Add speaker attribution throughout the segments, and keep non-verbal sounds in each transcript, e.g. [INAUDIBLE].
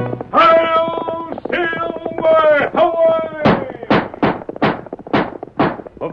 Speaker 1: Hail Silver! Away! A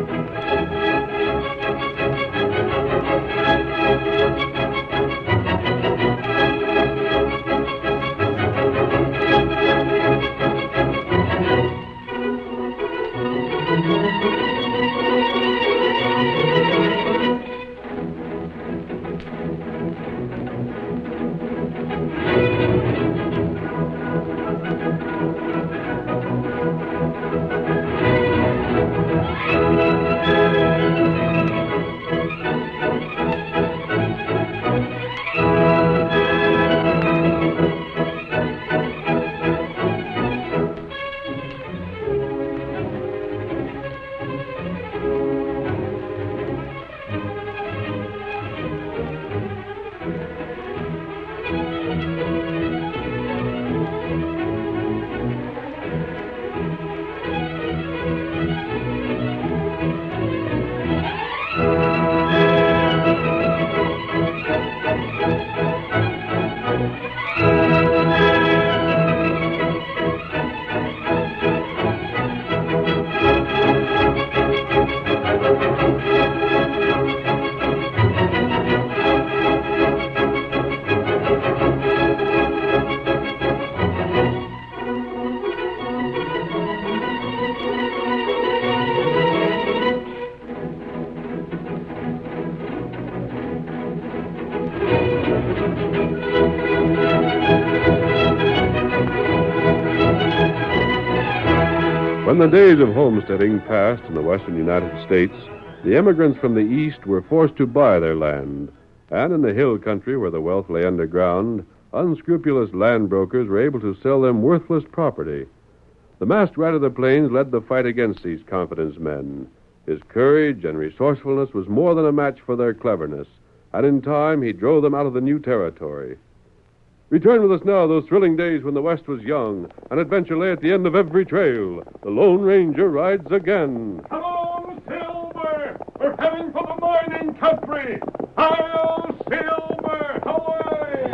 Speaker 1: When the days of homesteading passed in the western United States, the emigrants from the east were forced to buy their land. And in the hill country where the wealth lay underground, unscrupulous land brokers were able to sell them worthless property. The masked rider of the plains led the fight against these confidence men. His courage and resourcefulness was more than a match for their cleverness, and in time he drove them out of the new territory. Return with us now those thrilling days when the West was young. An adventure lay at the end of every trail. The Lone Ranger rides again. Come on, Silver! We're heading for the mining country! Hail, Silver! Away!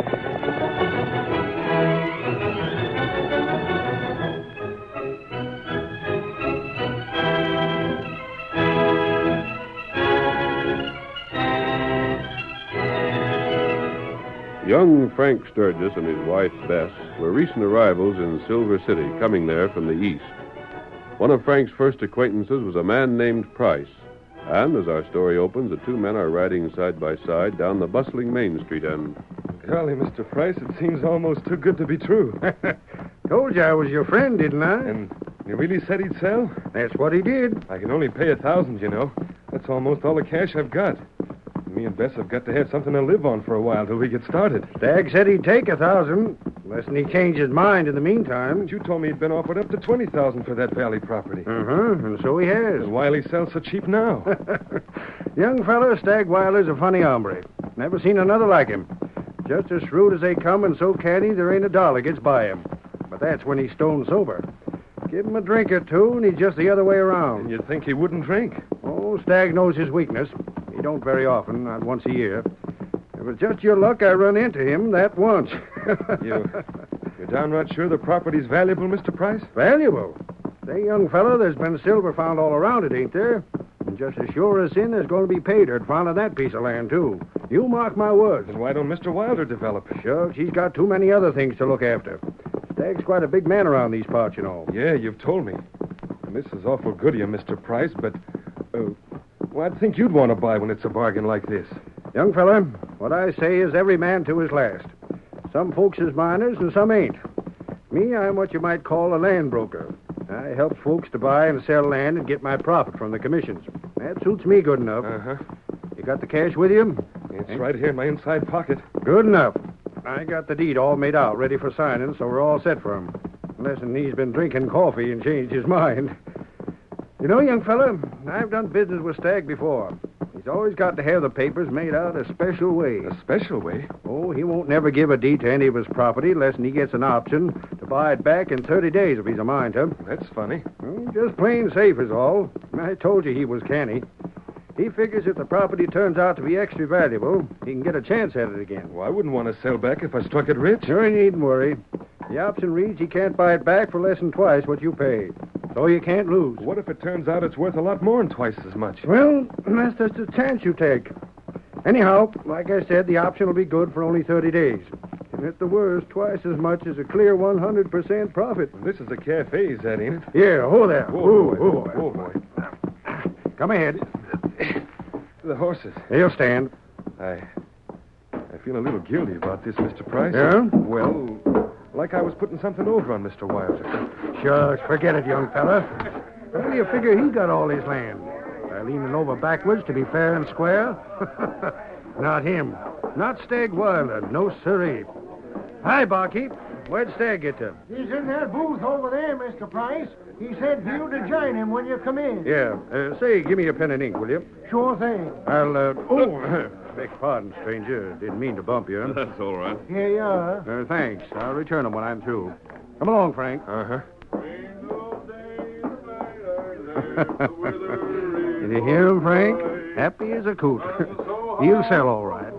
Speaker 1: Young Frank Sturgis and his wife, Bess, were recent arrivals in Silver City, coming there from the east. One of Frank's first acquaintances was a man named Price. And as our story opens, the two men are riding side by side down the bustling Main Street end.
Speaker 2: Golly, Mr. Price, it seems almost too good to be true.
Speaker 3: [LAUGHS] Told you I was your friend, didn't I?
Speaker 2: and he really said he'd sell?
Speaker 3: That's what he did.
Speaker 2: I can only pay a thousand, you know. That's almost all the cash I've got. Me and Bess have got to have something to live on for a while till we get started.
Speaker 3: Stag said he'd take a thousand, unless he changed his mind in the meantime.
Speaker 2: But you told me he'd been offered up to twenty thousand for that valley property.
Speaker 3: Uh huh, and so he has.
Speaker 2: Then why'll he sell so cheap
Speaker 3: [LAUGHS]
Speaker 2: now?
Speaker 3: Young fella, Stag Weiler's a funny hombre. Never seen another like him. Just as shrewd as they come and so canny, there ain't a dollar gets by him. But that's when he's stone sober. Give him a drink or two, and he's just the other way
Speaker 2: and
Speaker 3: around.
Speaker 2: you'd think he wouldn't drink.
Speaker 3: Oh, Stag knows his weakness. He don't very often, not once a year. It was just your luck I run into him that once. [LAUGHS]
Speaker 2: You, you're downright sure the property's valuable, Mr. Price?
Speaker 3: Valuable. Say, young fella, there's been silver found all around it, ain't there? And just as sure as sin, there's going to be pay dirt found on that piece of land, too. You mark my words.
Speaker 2: Then why don't Mr. Wilder develop it?
Speaker 3: Shucks, he's got too many other things to look after. Stag's quite a big man around these parts, you know.
Speaker 2: Yeah, you've told me. And this is awful good of you, Mr. Price, but. Uh, well, I'd think you'd want to buy when it's a bargain like this.
Speaker 3: Young fella, what I say is every man to his last. Some folks is miners and some ain't. Me, I'm what you might call a land broker. I help folks to buy and sell land and get my profit from the commissions. That suits me good enough.
Speaker 2: Uh huh.
Speaker 3: You got the cash with you?
Speaker 2: It's right here in my inside pocket.
Speaker 3: Good enough. I got the deed all made out, ready for signing, so we're all set for him. Listen, he's been drinking coffee and changed his mind. You know, young fella, I've done business with Stagg before. He's always got to have the papers made out a special way.
Speaker 2: A special way?
Speaker 3: Oh, he won't never give a deed to any of his property unless he gets an option to buy it back in 30 days if he's a mind to.
Speaker 2: That's funny.
Speaker 3: Hmm, Just plain safe is all. I told you he was canny. He figures if the property turns out to be extra valuable, he can get a chance at it again.
Speaker 2: Well, I wouldn't want to sell back if I struck it rich.
Speaker 3: Sure, you needn't worry. The option reads he can't buy it back for less than twice what you paid. So you can't lose.
Speaker 2: What if it turns out it's worth a lot more than twice as much?
Speaker 3: Well, that's just a chance you take. Anyhow, like I said, the option will be good for only 30 days. And at the worst, twice as much as a clear 100% profit.
Speaker 2: This is a cafe, is that, ain't it?
Speaker 3: Here, who there? Who, who?
Speaker 2: oh, boy.
Speaker 3: Come ahead.
Speaker 2: The horses.
Speaker 3: He'll stand.
Speaker 2: I. I feel a little guilty about this, Mr. Price.
Speaker 3: Yeah?
Speaker 2: Well, like I was putting something over on Mr. Wilder.
Speaker 3: Shucks, forget it, young fella. How do you figure he got all his land? By leaning over backwards to be fair and square? [LAUGHS] Not him. Not Stag Wilder. No, sirree. Hi, barkeep. Where'd Stag get to?
Speaker 4: He's in that booth over there, Mr. Price. He said for you to join him when you come in.
Speaker 3: Yeah. Uh, say, give me a pen and ink, will you?
Speaker 4: Sure thing.
Speaker 3: I'll, uh... [COUGHS] Oh, beg pardon, stranger. Didn't mean to bump you. Uh,
Speaker 1: That's all right.
Speaker 4: Here you are.
Speaker 3: thanks. I'll return them when I'm through. Come along, Frank.
Speaker 2: Uh huh.
Speaker 3: [LAUGHS] Did you hear him, Frank? Happy as a coot. [LAUGHS] He'll sell all right.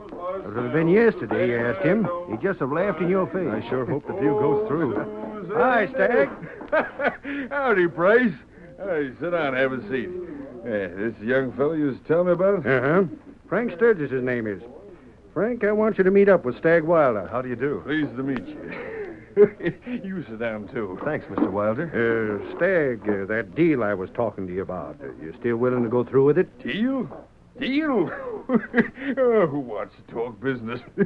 Speaker 3: If it had been yesterday you asked him, he'd just have laughed in your face.
Speaker 2: I sure hope the deal goes through.
Speaker 3: [LAUGHS] Hi, Stag.
Speaker 1: Howdy, Price. Hey, sit down, have a seat. Hey, this young fellow you was telling me about?
Speaker 3: Uh-huh. Frank Sturgis, his name is. Frank, I want you to meet up with Stag Wilder.
Speaker 2: How do you do?
Speaker 1: [LAUGHS] Pleased to meet you. [LAUGHS] you sit down, too.
Speaker 2: Thanks, Mr. Wilder.
Speaker 3: Uh, Stag, uh, that deal I was talking to you about, uh, you still willing to go through with it?
Speaker 1: Deal? Deal? [LAUGHS] oh, who wants to talk business? [LAUGHS] you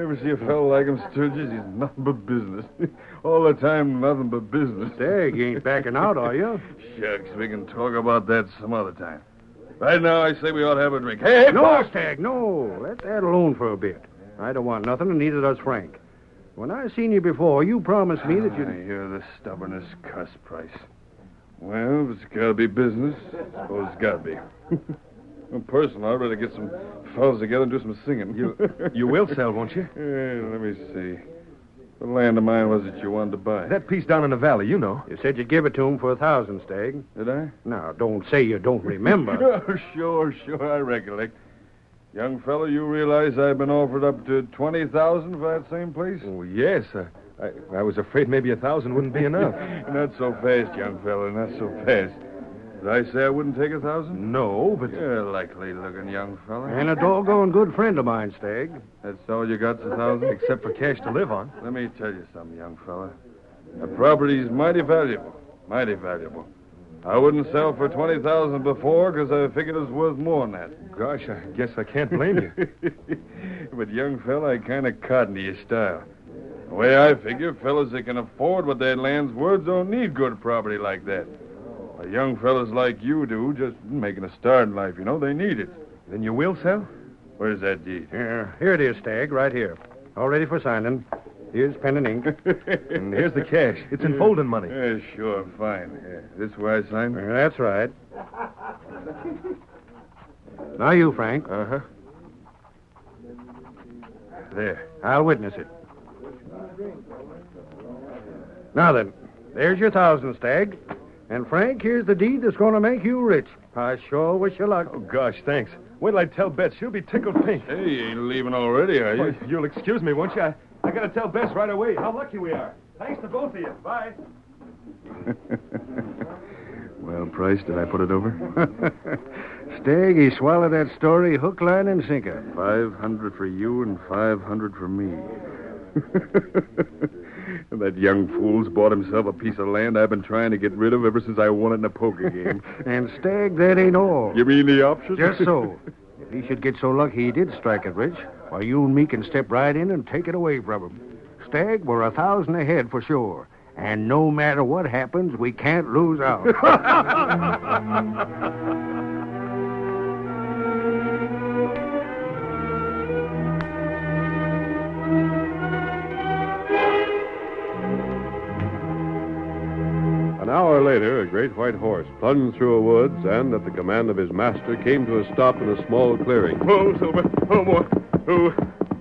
Speaker 1: ever see a fellow like him, Sturgis? He's nothing but business. [LAUGHS] All the time, nothing but business. [LAUGHS]
Speaker 3: Stag, you ain't backing out, are [LAUGHS] you?
Speaker 1: Shucks, we can talk about that some other time. Right now, I say we ought to have a drink. Hey, hey,
Speaker 3: No,
Speaker 1: boss!
Speaker 3: Stag, no. Let that alone for a bit. I don't want nothing, and neither does Frank. When I seen you before, you promised me that
Speaker 1: Ah,
Speaker 3: you'd.
Speaker 1: you're the stubbornest cuss, Price. Well, if it's gotta be business, I suppose it's gotta
Speaker 2: [LAUGHS]
Speaker 1: be. In person, I'd rather get some fellas together and do some singing. You, [LAUGHS]
Speaker 2: You will sell, won't you?
Speaker 1: let me see. What land of mine was it you wanted to buy?
Speaker 2: That piece down in the valley, you know.
Speaker 3: You said you'd give it to him for a thousand, Stag.
Speaker 1: Did I?
Speaker 3: Now, don't say you don't [LAUGHS] remember.
Speaker 1: [LAUGHS] Oh, sure, sure, I recollect. Young fellow, you realize I've been offered up to twenty thousand for that same place?
Speaker 2: Oh, yes. Uh, I, I was afraid maybe a thousand wouldn't be enough.
Speaker 1: Not so fast, young fellow, not so fast. Did I say I wouldn't take a thousand?
Speaker 2: no, but
Speaker 1: You're a likely looking young fella.
Speaker 3: [LAUGHS] and a doggone good friend of mine, Stag.
Speaker 1: That's all you got's a thousand?
Speaker 2: except for cash to live on.
Speaker 1: Let me tell you something, young fella. The property's mighty valuable. Mighty valuable. I wouldn't sell for 20000 before because I figured it was worth more than that.
Speaker 2: Gosh, I guess I can't blame you.
Speaker 1: [LAUGHS] but, young fella, I kind of cotton to your style. The way I figure, fellas that can afford what their land's worth don't need good property like that. Well, young fellas like you do, just making a start in life, you know, they need it.
Speaker 2: then you will sell?
Speaker 1: Where's that deed?
Speaker 3: Here, here it is, Stag, right here. All ready for signing. Here's pen and [LAUGHS] ink.
Speaker 2: And here's the cash. It's in folding money.
Speaker 1: Yeah, sure, fine. Yeah, this where I sign?
Speaker 3: Uh, That's right. Now you, Frank.
Speaker 2: Uh huh.
Speaker 1: There.
Speaker 3: I'll witness it. Now then, there's your thousand, Stag. And Frank, here's the deed that's going to make you rich. I sure wish you luck.
Speaker 2: Oh, gosh, thanks. Wait till I tell Bess. She'll be tickled pink.
Speaker 1: Hey, you ain't leaving already, are you?
Speaker 2: Well, You'll excuse me, won't you? I, I gotta tell Bess right away how lucky we are. Thanks to both of you. Bye.
Speaker 1: Well, Price, did I put it [LAUGHS] over?
Speaker 3: Stag, he swallowed that story hook, line, and sinker.
Speaker 1: Five hundred for you and five hundred for me. [LAUGHS] And that young fool's bought himself a piece of land I've been trying to get rid of ever since I won it in a poker game.
Speaker 3: And Stag, that ain't all.
Speaker 1: you mean the option?
Speaker 3: Just so. If he should get so lucky he did strike it rich, why, you and me can step right in and take it away from him. Stag, we're a thousand ahead for sure. And no matter what happens, we can't
Speaker 1: [LAUGHS]
Speaker 3: lose out.
Speaker 1: An hour later, a great white horse plunged through a woods and, at the command of his master, came to a stop in a small clearing.
Speaker 2: Oh, Silver. Oh, boy. Oh.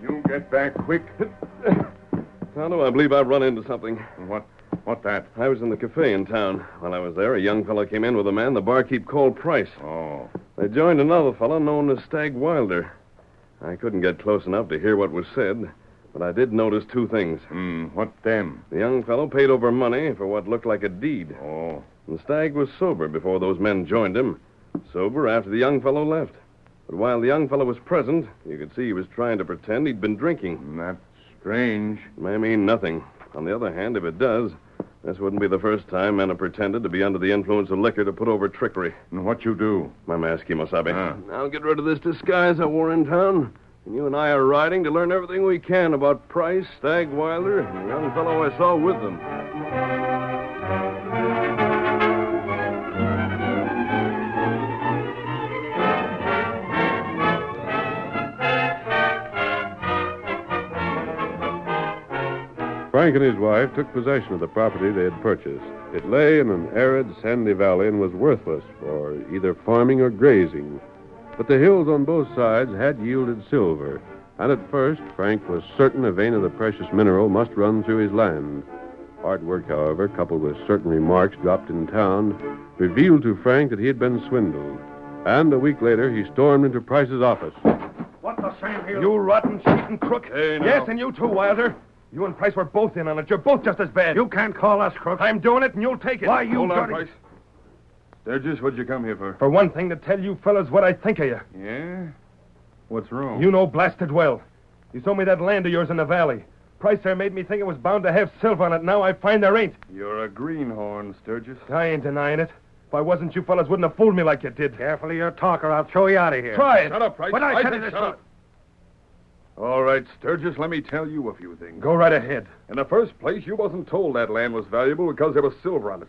Speaker 2: You get back quick. [LAUGHS] Tonto, I believe I've run into something. What? What that? I was in the cafe in town. While I was there, a young fellow came in with a man the barkeep called Price. Oh. They joined another fellow known as Stag Wilder. I couldn't get close enough to hear what was said, but I did notice two things. Hmm, what them? The young fellow paid over money for what looked like a deed. Oh. And Stag was sober before those men joined him. Sober after the young fellow left. But while the young fellow was present, you could see he was trying to pretend he'd been drinking. That's strange. It may mean nothing. On the other hand, if it does, this wouldn't be the first time men have pretended to be under the influence of liquor to put over trickery. And what you do? My mask, Kimosabe. I'll get rid of this disguise I wore in town. And you and I are riding to learn everything we can about Price, Stagweiler, and the young fellow I saw with them.
Speaker 1: Frank and his wife took possession of the property they had purchased. It lay in an arid, sandy valley and was worthless for either farming or grazing. But the hills on both sides had yielded silver, and at first Frank was certain a vein of the precious mineral must run through his land. Hard work, however, coupled with certain remarks dropped in town, revealed to Frank that he had been swindled. And a week later, he stormed into Price's office.
Speaker 4: What the same here?
Speaker 2: You rotten, cheating crook.
Speaker 4: Yes,
Speaker 2: and you too, Wilder. You and Price were both in on it. You're both just as bad.
Speaker 4: You can't call us crooks.
Speaker 2: I'm doing it, and you'll take it.
Speaker 4: Why, you Hold on, dirty- Price.
Speaker 1: Sturgis, what'd you come here for?
Speaker 2: For one thing, to tell you fellas what I think of you.
Speaker 1: Yeah? What's wrong?
Speaker 2: You know blasted well. You sold me that land of yours in the valley. Price there made me think it was bound to have silver on it. Now I find there ain't.
Speaker 1: You're a greenhorn, Sturgis.
Speaker 2: I ain't denying it. If I wasn't, you fellas wouldn't have fooled me like you did.
Speaker 3: Carefully your talk, or I'll throw you out of here.
Speaker 2: Try it.
Speaker 1: up, Price.
Speaker 3: When I Price, tell you this- shut up.
Speaker 1: All right, Sturgis, let me tell you a few things.
Speaker 2: Go right ahead.
Speaker 1: In the first place, you wasn't told that land was valuable because there was silver on it.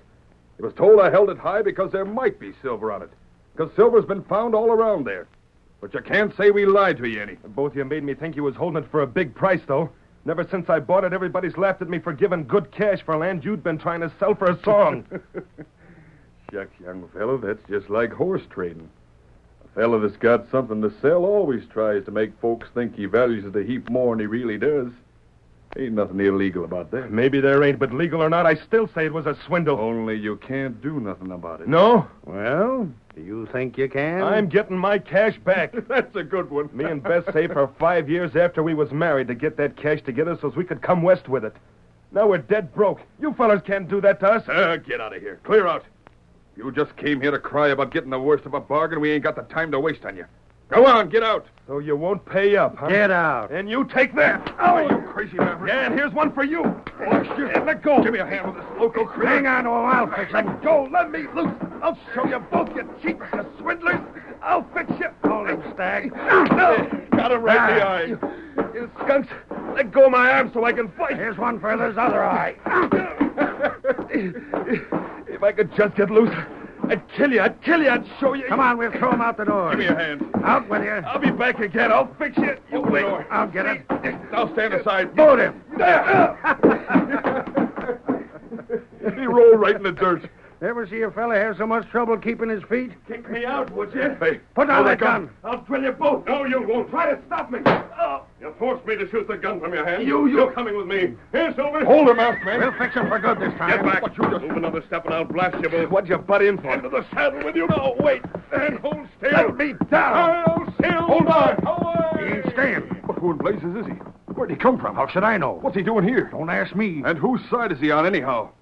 Speaker 1: You was told I held it high because there might be silver on it. Because silver's been found all around there. But you can't say we lied to you any.
Speaker 2: Both of you made me think you was holding it for a big price, though. Never since I bought it, everybody's laughed at me for giving good cash for land you'd been trying to sell for a
Speaker 3: [LAUGHS]
Speaker 2: song.
Speaker 1: Shucks, young fellow, that's just like horse trading. A fellow that's got something to sell always tries to make folks think he values it a heap more than he really does. Ain't nothing illegal about that.
Speaker 2: Maybe there ain't, but legal or not, I still say it was a swindle.
Speaker 1: Only you can't do nothing about it.
Speaker 2: No,
Speaker 3: Oh, Well, do you think you can?
Speaker 2: I'm getting my cash
Speaker 3: [LAUGHS]
Speaker 2: back.
Speaker 1: That's a good one.
Speaker 2: Me and Bess saved for five years after we was married to get that cash together so we could come west with it. Now we're dead broke. You fellas can't do that to us.
Speaker 1: Uh, [LAUGHS] get out of here. Clear out. You just came here to cry about getting the worst of a bargain. We ain't got the time to waste on you. Go on, get out.
Speaker 2: So you won't pay up, huh?
Speaker 3: Get out.
Speaker 2: And you take that.
Speaker 1: Oh, you crazy maverick.
Speaker 2: Yeah, and here's one for you.
Speaker 1: Oh, shit. let go. Give me a hand with this loco creep.
Speaker 3: Hang on, or I'll fix it.
Speaker 1: Let go. Let me loose. I'll show you both, you cheats, you swindlers. I'll fix you.
Speaker 3: Hold him, Stag. Ah,
Speaker 1: No. Got him right in the eye.
Speaker 2: You skunks, let go of my arm so I can fight.
Speaker 3: Here's one for his other eye.
Speaker 2: [LAUGHS] If I could just get loose, I'd kill you. I'd kill you. I'd show you.
Speaker 3: Come on, we'll throw him out the door.
Speaker 1: Give me a hand.
Speaker 3: Out with you.
Speaker 2: I'll be back again. I'll fix you. You
Speaker 1: Open the
Speaker 2: wait.
Speaker 1: door.
Speaker 3: I'll get it.
Speaker 1: Now stand aside.
Speaker 3: Boot him.
Speaker 1: [LAUGHS] He rolled right in the dirt.
Speaker 3: Ever see a fella have so much trouble keeping his feet?
Speaker 2: Kick me out, would you?
Speaker 1: Hey,
Speaker 3: Put down
Speaker 1: hold
Speaker 3: that gun.
Speaker 2: I'll drill you both.
Speaker 1: No, you won't.
Speaker 2: Try to stop me. Oh.
Speaker 1: You forced me to shoot the gun from your hand.
Speaker 2: You- you-
Speaker 1: You're coming with me. Here, Silver. Hold him out, man.
Speaker 3: We'll fix him for good this time.
Speaker 1: Get back. What, you just... Move another step and I'll blast you both.
Speaker 2: What'd you butt in for?
Speaker 1: Into the saddle with you. No, wait. And hold still.
Speaker 2: Let me down.
Speaker 1: I'll still. Hold on.
Speaker 3: He ain't staying.
Speaker 1: But who in blazes is he? Where'd he come from?
Speaker 3: How should I know?
Speaker 1: What's he doing here?
Speaker 3: Don't ask me.
Speaker 1: And whose side is he on, anyhow?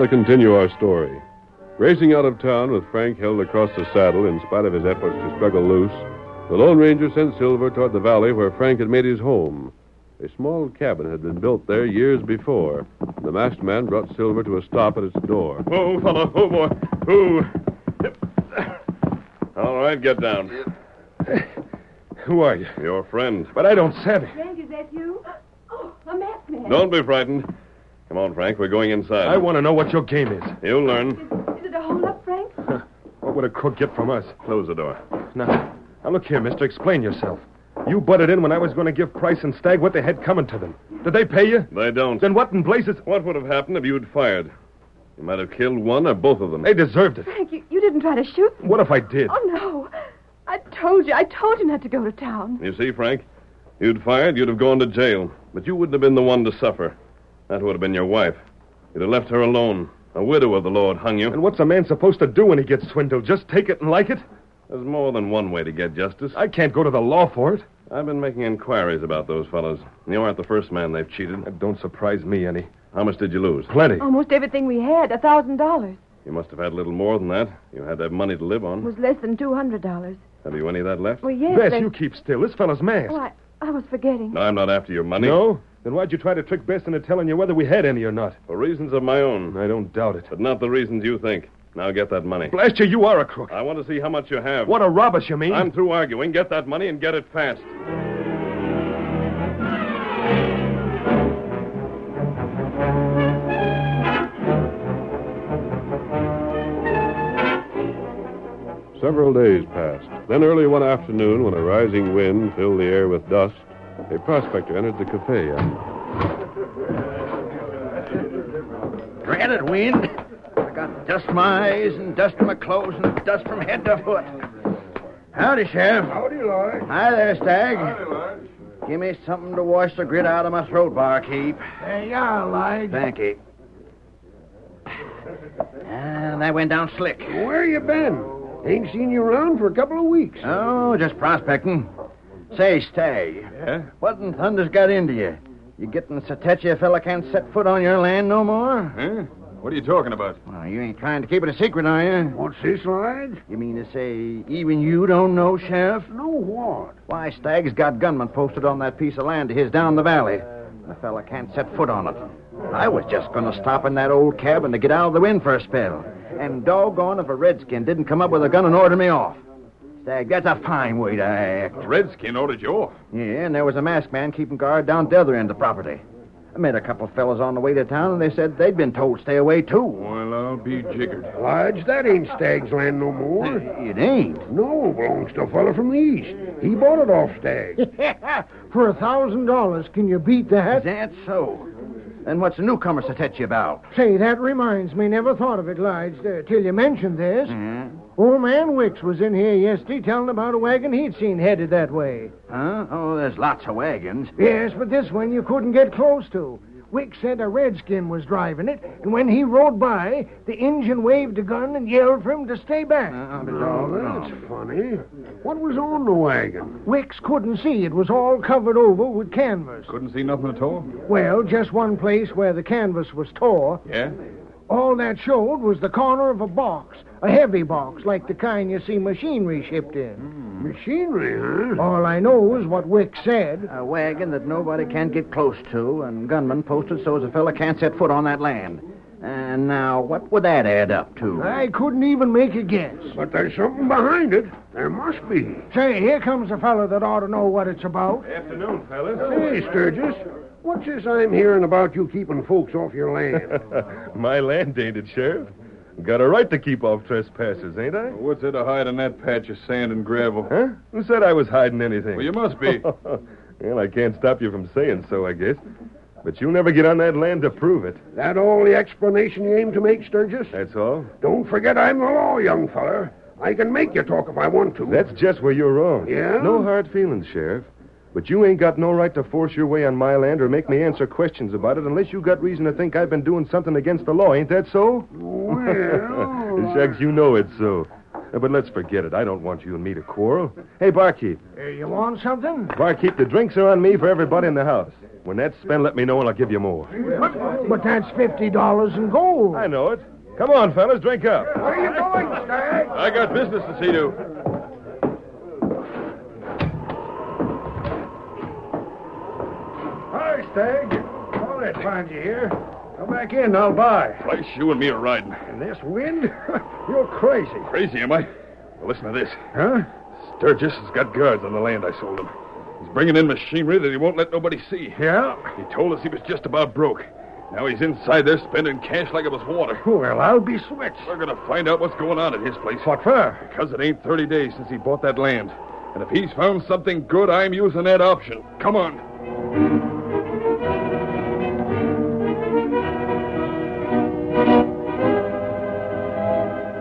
Speaker 5: to continue our story. Racing out of town with Frank held across the saddle in spite of his efforts to struggle loose, the Lone Ranger sent Silver toward the valley where Frank had made his home. A small cabin had been built there years before. and The masked man brought Silver to a stop at its door.
Speaker 1: Whoa, fella. Whoa, Oh, boy. Whoa. All right, get down.
Speaker 2: Who are you?
Speaker 1: Your friend.
Speaker 2: But I don't savvy.
Speaker 6: Ranger, is that [GASPS] you? Oh, a masked man.
Speaker 1: Don't be frightened. Come on, Frank. We're going inside.
Speaker 2: I want to know what your game is.
Speaker 1: You'll learn.
Speaker 6: Is, is it a holdup, Frank?
Speaker 2: What would a crook get from us?
Speaker 1: Close the door.
Speaker 2: Now, now look here, mister. Explain yourself. You butted in when I was going to give Price and Stagg what they had coming to them. Did they pay you?
Speaker 1: They don't.
Speaker 2: Then what in blazes?
Speaker 1: what would have happened if you'd fired? You might have killed one or both of them.
Speaker 2: They deserved it.
Speaker 6: Frank, you, you didn't try to shoot me.
Speaker 2: What if I did?
Speaker 6: Oh, no. I told you. I told you not to go to town.
Speaker 1: You see, Frank, you'd fired, you'd have gone to jail. But you wouldn't have been the one to suffer. That would have been your wife. You'd have left her alone. A widow of the Lord hung you.
Speaker 2: And what's a man supposed to do when he gets swindled? Just take it and like it?
Speaker 1: There's more than one way to get justice.
Speaker 2: I can't go to the law for it.
Speaker 1: I've been making inquiries about those fellows. You aren't the first man they've cheated.
Speaker 2: That don't surprise me any.
Speaker 1: How much did you lose?
Speaker 2: Plenty.
Speaker 6: Almost everything we had, a thousand dollars,
Speaker 1: You must have had a little more than that. You had to have money to live on.
Speaker 6: was less than two hundred dollars.
Speaker 1: Have you any of that left?
Speaker 6: Well, yes.
Speaker 2: Bess,
Speaker 6: they-
Speaker 2: you keep still. This fellow's mad.
Speaker 6: Oh, I, I was forgetting.
Speaker 1: No, I'm not after your money.
Speaker 2: No? Then why'd you try to trick Bess into telling you whether we had any or not?
Speaker 1: For reasons of my own,
Speaker 2: I don't doubt it.
Speaker 1: but not the reasons you think. Now get that money.
Speaker 2: Blast you, you are a crook.
Speaker 1: I want to see how much you have.
Speaker 2: What a rubbish you mean.
Speaker 1: I'm through arguing. Get that money and get it fast.
Speaker 5: Several days passed. Then, early one afternoon, when a rising wind filled the air with dust, a prospector entered the cafe. And
Speaker 3: Granted, wind. I got dust from my eyes and dust from my clothes and dust from head to foot. Howdy, Sheriff. Howdy, Lloyd. Hi there, Stag. Howdy, Lloyd. Give me something to wash the grit out of my throat, barkeep.
Speaker 4: There you are, Lige.
Speaker 3: Thank you. And that went down slick.
Speaker 4: Where you been? Ain't seen you around for a couple of weeks.
Speaker 3: Oh, just prospecting. Say, Stag. Yeah? What in thunder's got into you? You getting so touchy a fella can't set foot on your land no more?
Speaker 1: Huh? What are you talking about?
Speaker 3: Well, you ain't trying to keep it a secret, are you?
Speaker 4: What's this, Lige?
Speaker 3: You mean to say even you don't know, Sheriff?
Speaker 4: No what?
Speaker 3: Why, Stagg's got gunmen posted on that piece of land of his down the valley. The fella can't set foot on it. I was just going to stop in that old cabin to get out of the wind for a spell. And doggone if a redskin didn't come up with a gun and order me off. Stag, that's a fine way to act.
Speaker 1: Redskin ordered you off.
Speaker 3: Yeah, and there was a masked man keeping guard down at the other end of the property. I met a couple of fellas on the way to town, and they said they'd been told stay away, too.
Speaker 1: Well, I'll be jiggered.
Speaker 4: Lige, that ain't Stag's land no more.
Speaker 3: It ain't.
Speaker 4: No, it belongs to a fella from the east. He bought it off Stag.
Speaker 3: [LAUGHS]
Speaker 4: for a thousand dollars, can you beat that?
Speaker 3: That's so. Then what's the newcomer to touch you about?
Speaker 4: Say, that reminds me. Never thought of it, Lige, uh, till you mentioned this. Old man Wicks was in here yesterday telling about a wagon he'd seen headed that way.
Speaker 3: Huh? Oh, there's lots of wagons.
Speaker 4: Yes, but this one you couldn't get close to. Wick said a redskin was driving it, and when he rode by, the Injun waved a gun and yelled for him to stay
Speaker 3: Uh,
Speaker 4: back.
Speaker 3: that's
Speaker 4: funny. What was on the wagon? Wicks couldn't see. It was all covered over with canvas.
Speaker 1: Couldn't see nothing at all?
Speaker 4: Well, just one place where the canvas was tore.
Speaker 1: Yeah?
Speaker 4: All that showed was the corner of a box, a heavy box, like the kind you see machinery shipped in.
Speaker 3: Machinery,
Speaker 4: All I know is what Wick said.
Speaker 3: A wagon that nobody can get close to, and gunmen posted so as a fella can't set foot on that land. And now, what would that add up to?
Speaker 4: I couldn't even make a guess.
Speaker 7: But there's something behind it. There must be.
Speaker 4: Say, here comes a fellow that ought to know what it's about.
Speaker 1: Afternoon, fellas.
Speaker 7: Hey, Sturgis, what's this I'm hearing about you keeping folks off your
Speaker 3: [LAUGHS]
Speaker 7: land?
Speaker 2: [LAUGHS] My land ain't it, Sheriff. Got a right to keep off trespassers, ain't I?
Speaker 1: What's there to hide in that patch of sand and gravel?
Speaker 2: Huh? Who said I was hiding anything?
Speaker 1: Well, you must be.
Speaker 2: [LAUGHS] well, I can't stop you from saying so, I guess. But you'll never get on that land to prove it.
Speaker 7: that all the explanation you aim to make, Sturgis?
Speaker 2: That's all.
Speaker 7: Don't forget I'm the law, young feller. I can make you talk if I want to.
Speaker 2: That's just where you're wrong.
Speaker 7: Yeah?
Speaker 2: No hard feelings, Sheriff. But you ain't got no right to force your way on my land or make me answer questions about it unless you got reason to think I've been doing something against the law. Ain't that so?
Speaker 7: Well,
Speaker 2: [LAUGHS] Shucks, you know it's so. Uh, But let's forget it. I don't want you and me to quarrel. Hey, barkeep.
Speaker 4: Uh, You want something?
Speaker 2: Barkeep, the drinks are on me for everybody in the house. When that's spent, let me know and I'll give you more.
Speaker 4: But that's $50 in gold.
Speaker 2: I know it. Come on, fellas, drink up.
Speaker 8: Where are you going, Stag?
Speaker 1: I got business to see to.
Speaker 3: Hi, Stag. I'll let find you here. Come back in, I'll buy.
Speaker 1: Price, you and me are riding.
Speaker 3: And this wind? [LAUGHS] You're crazy.
Speaker 1: Crazy, am I? Well, listen to this.
Speaker 3: Huh?
Speaker 1: Sturgis has got guards on the land I sold him. He's bringing in machinery that he won't let nobody see.
Speaker 3: Yeah?
Speaker 1: He told us he was just about broke. Now he's inside there spending cash like it was water.
Speaker 3: Well, I'll be switched.
Speaker 1: We're going to find out what's going on at his place.
Speaker 3: What for?
Speaker 1: Because it ain't 30 days since he bought that land. And if he's found something good, I'm using that option. Come on.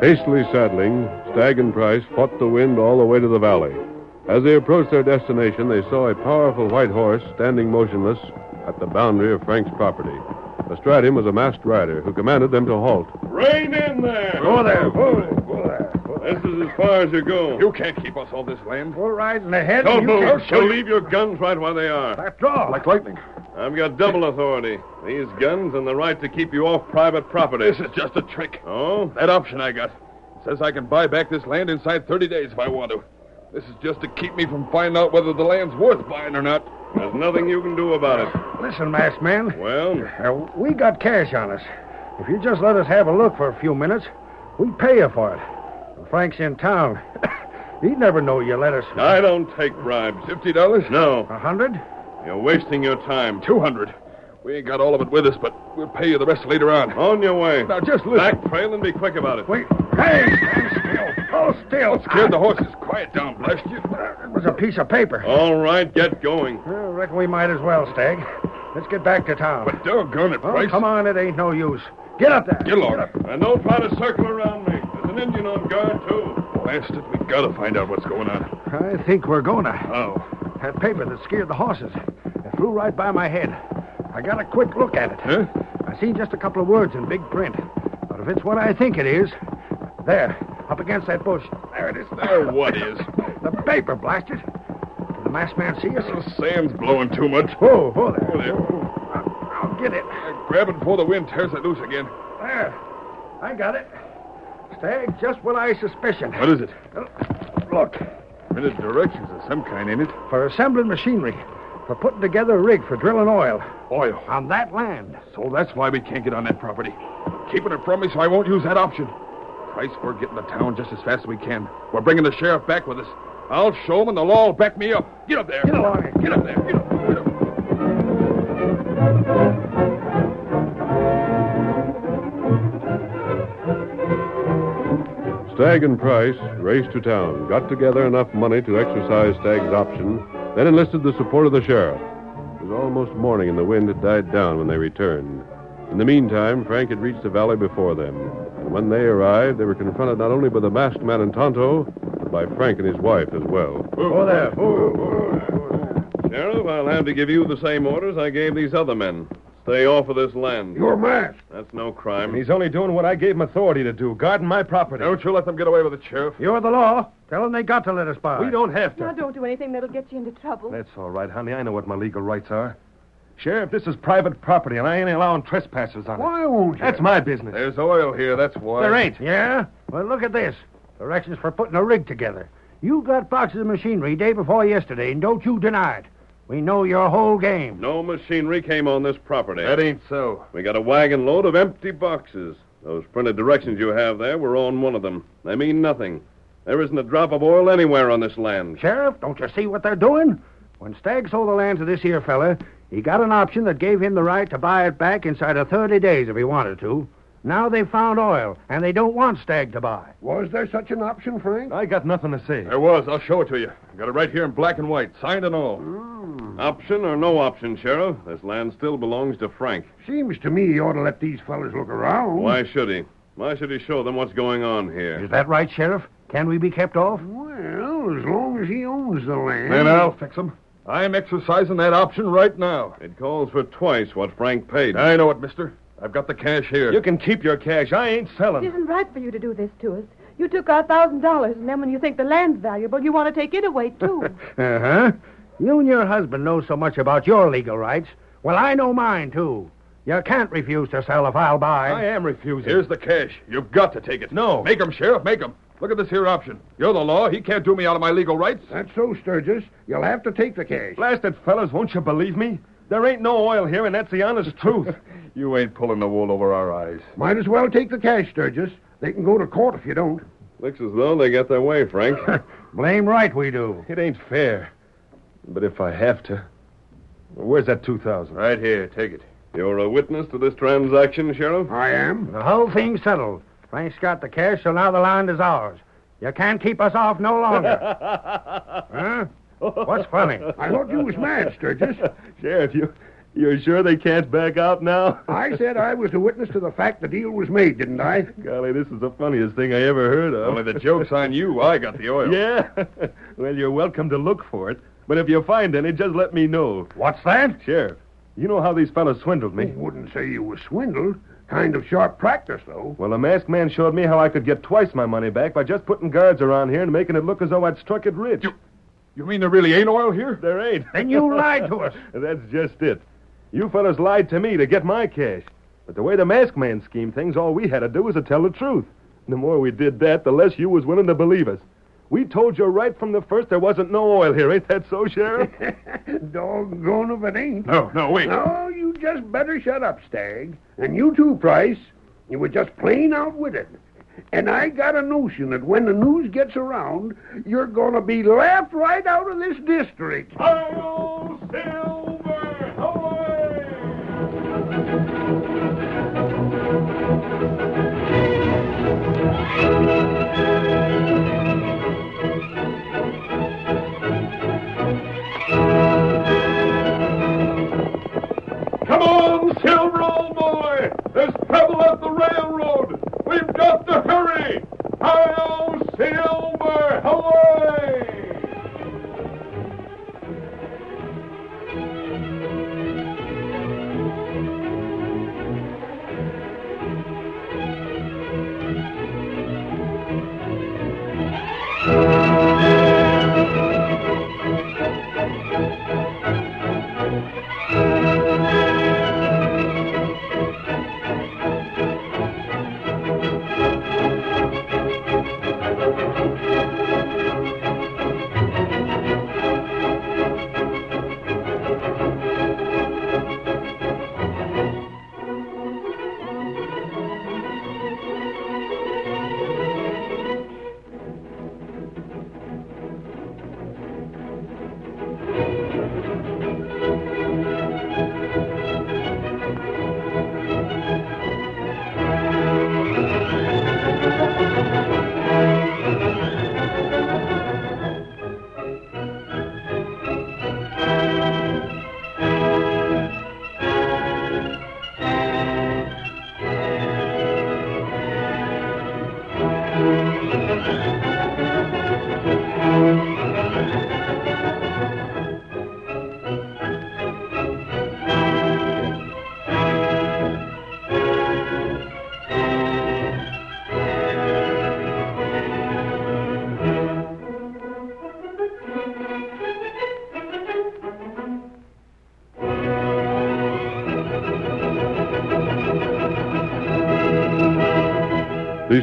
Speaker 9: Hastily saddling, Stag and Price fought the wind all the way to the valley. As they approached their destination, they saw a powerful white horse standing motionless at the boundary of Frank's property. Astride him was a masked rider who commanded them to halt.
Speaker 1: Rein in there.
Speaker 3: Go there, whoa, whoa there.
Speaker 1: This is as far as you go. You can't keep us all this land.
Speaker 3: We're riding ahead.
Speaker 1: Don't
Speaker 3: and you
Speaker 1: move.
Speaker 3: can't
Speaker 1: So
Speaker 3: shoot.
Speaker 1: leave your guns right where they are.
Speaker 3: Left off.
Speaker 2: Like lightning.
Speaker 1: I've got double authority. These guns and the right to keep you off private property. This is just a trick. Oh? That option I got. It says I can buy back this land inside 30 days if I want to. This is just to keep me from finding out whether the land's worth buying or not. There's nothing you can do about it.
Speaker 3: Listen, masked man.
Speaker 1: Well,
Speaker 3: Uh, we got cash on us. If you just let us have a look for a few minutes, we pay you for it. And Frank's in town. [COUGHS] He'd never know you let us.
Speaker 1: I don't take bribes. Fifty dollars? No.
Speaker 3: A hundred?
Speaker 1: You're wasting your time. Two hundred. We ain't got all of it with us, but we'll pay you the rest later on. On your way.
Speaker 3: Now, just listen.
Speaker 1: Back trail and be quick about it.
Speaker 3: Wait. Hey, stand still. Hold still.
Speaker 1: Scared the horses. Quiet down, blast you.
Speaker 3: It was a piece of paper.
Speaker 1: All right, get going.
Speaker 3: Well, reckon we might as well, Stag. Let's get back to town.
Speaker 1: But doggone it,
Speaker 3: Well,
Speaker 1: Price.
Speaker 3: come on, it ain't no use. Get up there.
Speaker 1: Get along. And don't try to circle around me. There's an Indian on guard, too. Blast it. We gotta find out what's going on.
Speaker 3: I think we're gonna.
Speaker 1: Oh.
Speaker 3: That paper that scared the horses. It flew right by my head. I got a quick look at it.
Speaker 1: Huh?
Speaker 3: I seen just a couple of words in big print. But if it's what I think it is, there, up against that bush. There it is.
Speaker 1: There what is?
Speaker 3: The paper, blasted. Did the masked man see us?
Speaker 1: The sand's blowing too much.
Speaker 3: Whoa, whoa there.
Speaker 1: Oh, there.
Speaker 3: I'll get it.
Speaker 1: Grab it before the wind tears it loose again.
Speaker 3: There. I got it. Stag, just what I suspicioned.
Speaker 1: What is it?
Speaker 3: Look,
Speaker 1: In the directions of some kind, ain't it?
Speaker 3: for assembling machinery, for putting together a rig for drilling oil
Speaker 1: Oil.
Speaker 3: on that land.
Speaker 1: So that's why we can't get on that property. Keeping it from me so I won't use that option. Price, we're getting to town just as fast as we can. We're bringing the sheriff back with us. I'll show him and the law will back me up. Get up there.
Speaker 3: Get along.
Speaker 1: Get up there. Get up. Get up.
Speaker 9: Stag and Price raced to town, got together enough money to exercise Stag's option, then enlisted the support of the sheriff. It was almost morning and the wind had died down when they returned. In the meantime, Frank had reached the valley before them, and when they arrived, they were confronted not only by the masked man and Tonto, but by Frank and his wife as well.
Speaker 3: Oh, there.
Speaker 1: Sheriff, I'll have to give you the same orders I gave these other men. Stay off of this land.
Speaker 8: You're mad.
Speaker 1: That's no crime.
Speaker 2: He's only doing what I gave him authority to do, guarding my property.
Speaker 1: Don't you let them get away with it, Sheriff.
Speaker 3: You're the law. Tell them they got to let us by.
Speaker 2: We don't have
Speaker 6: Now,
Speaker 2: to.
Speaker 6: don't do anything that'll get you into trouble.
Speaker 2: That's all right, honey. I know what my legal rights are. Sheriff, this is private property, and I ain't allowing trespassers on it.
Speaker 8: Why won't you?
Speaker 2: That's my business.
Speaker 1: There's oil here, that's why.
Speaker 2: There ain't.
Speaker 3: Yeah? Well, look at this. Directions for putting a rig together. You got boxes of machinery day before yesterday, and don't you deny it. We know your whole game.
Speaker 1: No machinery came on this property.
Speaker 2: That ain't so.
Speaker 1: We got a wagon load of empty boxes. Those printed directions you have there were on one of them. They mean nothing. There isn't a drop of oil anywhere on this land.
Speaker 3: Sheriff, don't you see what they're doing? When Stagg sold the land to this here fella, he got an option that gave him the right to buy it back inside of 30 days if he wanted to. Now they've found oil, and they don't want Stagg to buy.
Speaker 8: Was there such an option, Frank?
Speaker 2: I got nothing to say.
Speaker 1: There was. I'll show it to you. I got it right here in black and white, signed and all.
Speaker 8: Hmm.
Speaker 1: Option or no option, Sheriff, this land still belongs to Frank.
Speaker 8: Seems to me you ought to let these fellas look around.
Speaker 1: Why should he? Why should he show them what's going on here?
Speaker 3: Is that right, Sheriff? Can we be kept off?
Speaker 8: Well, as long as he owns the land.
Speaker 2: Then I'll fix him. I'm exercising that option right now.
Speaker 1: It calls for twice what Frank paid.
Speaker 2: I know it, mister. I've got the cash here. You can keep your cash. I ain't
Speaker 6: It
Speaker 2: selling.
Speaker 6: isn't right for you to do this to us. You took our thousand dollars, and then when you think the land's valuable, you want to take it away too.
Speaker 4: Uh-huh.
Speaker 3: Uh huh. You and your husband know so much about your legal rights.
Speaker 4: Well, I know mine, too. You can't refuse to sell if I'll buy.
Speaker 1: I am refusing.
Speaker 10: Here's the cash. You've got to take it.
Speaker 1: No.
Speaker 10: Make 'em, Sheriff. Make 'em. Look at this here option. You're the law. He can't do me out of my legal rights.
Speaker 3: That's so, Sturgis. You'll have to take the cash.
Speaker 1: Blasted fellas, won't you believe me? There ain't no oil here, and that's the
Speaker 3: [LAUGHS]
Speaker 1: honest truth.
Speaker 10: You ain't pulling the wool over our eyes.
Speaker 3: Might as well take the cash, Sturgis. They can go to court if you don't.
Speaker 11: Looks as though they got their way, Frank.
Speaker 4: Blame right we do.
Speaker 1: [LAUGHS] It ain't fair. But if I have to. Where's that 2000
Speaker 10: Right here. Take it.
Speaker 11: You're a witness to this transaction, Sheriff?
Speaker 3: I am.
Speaker 4: The whole thing's settled. Frank's got the cash, so now the land is ours. You can't keep us off no
Speaker 3: [LAUGHS]
Speaker 4: longer. huh? What's funny?
Speaker 3: I thought you was mad, Sturgis.
Speaker 1: [LAUGHS] Sheriff, you, you're sure they can't back out now?
Speaker 3: I said I was a witness to the fact the deal was made, didn't I?
Speaker 1: Golly, this is the funniest thing I ever heard of.
Speaker 10: Only the joke's on you. I got the oil.
Speaker 1: Yeah. [LAUGHS] well, you're welcome to look for it. But if you find any, just let me know.
Speaker 4: What's that?
Speaker 1: Sheriff, you know how these fellas swindled me.
Speaker 3: Wouldn't say you was swindled. Kind of sharp practice, though.
Speaker 1: Well, the masked man showed me how I could get twice my money back by just putting guards around here and making it look as though I'd struck it rich.
Speaker 10: You mean there really ain't oil here?
Speaker 1: There ain't.
Speaker 4: Then you lied to us.
Speaker 1: [LAUGHS] That's just it. You fellas lied to me to get my cash. But the way the masked man schemed things, all we had to do was to tell the truth. The more we did that, the less you was willing to believe us. We told you right from the first there wasn't no oil here. Ain't that so, Sheriff?
Speaker 4: [LAUGHS]
Speaker 3: Doggone if it ain't.
Speaker 10: No, no, wait.
Speaker 3: No, you just better shut up, Stag. And you too, Price. You were just plain outwitted. And I got a notion that when the news gets around, you're going to be laughed right out of this district.
Speaker 10: Hail, Silver! Come on, Silver, old boy! There's trouble at the railroad! We've got to hurry! Hi-yo, Silver! Away!
Speaker 12: The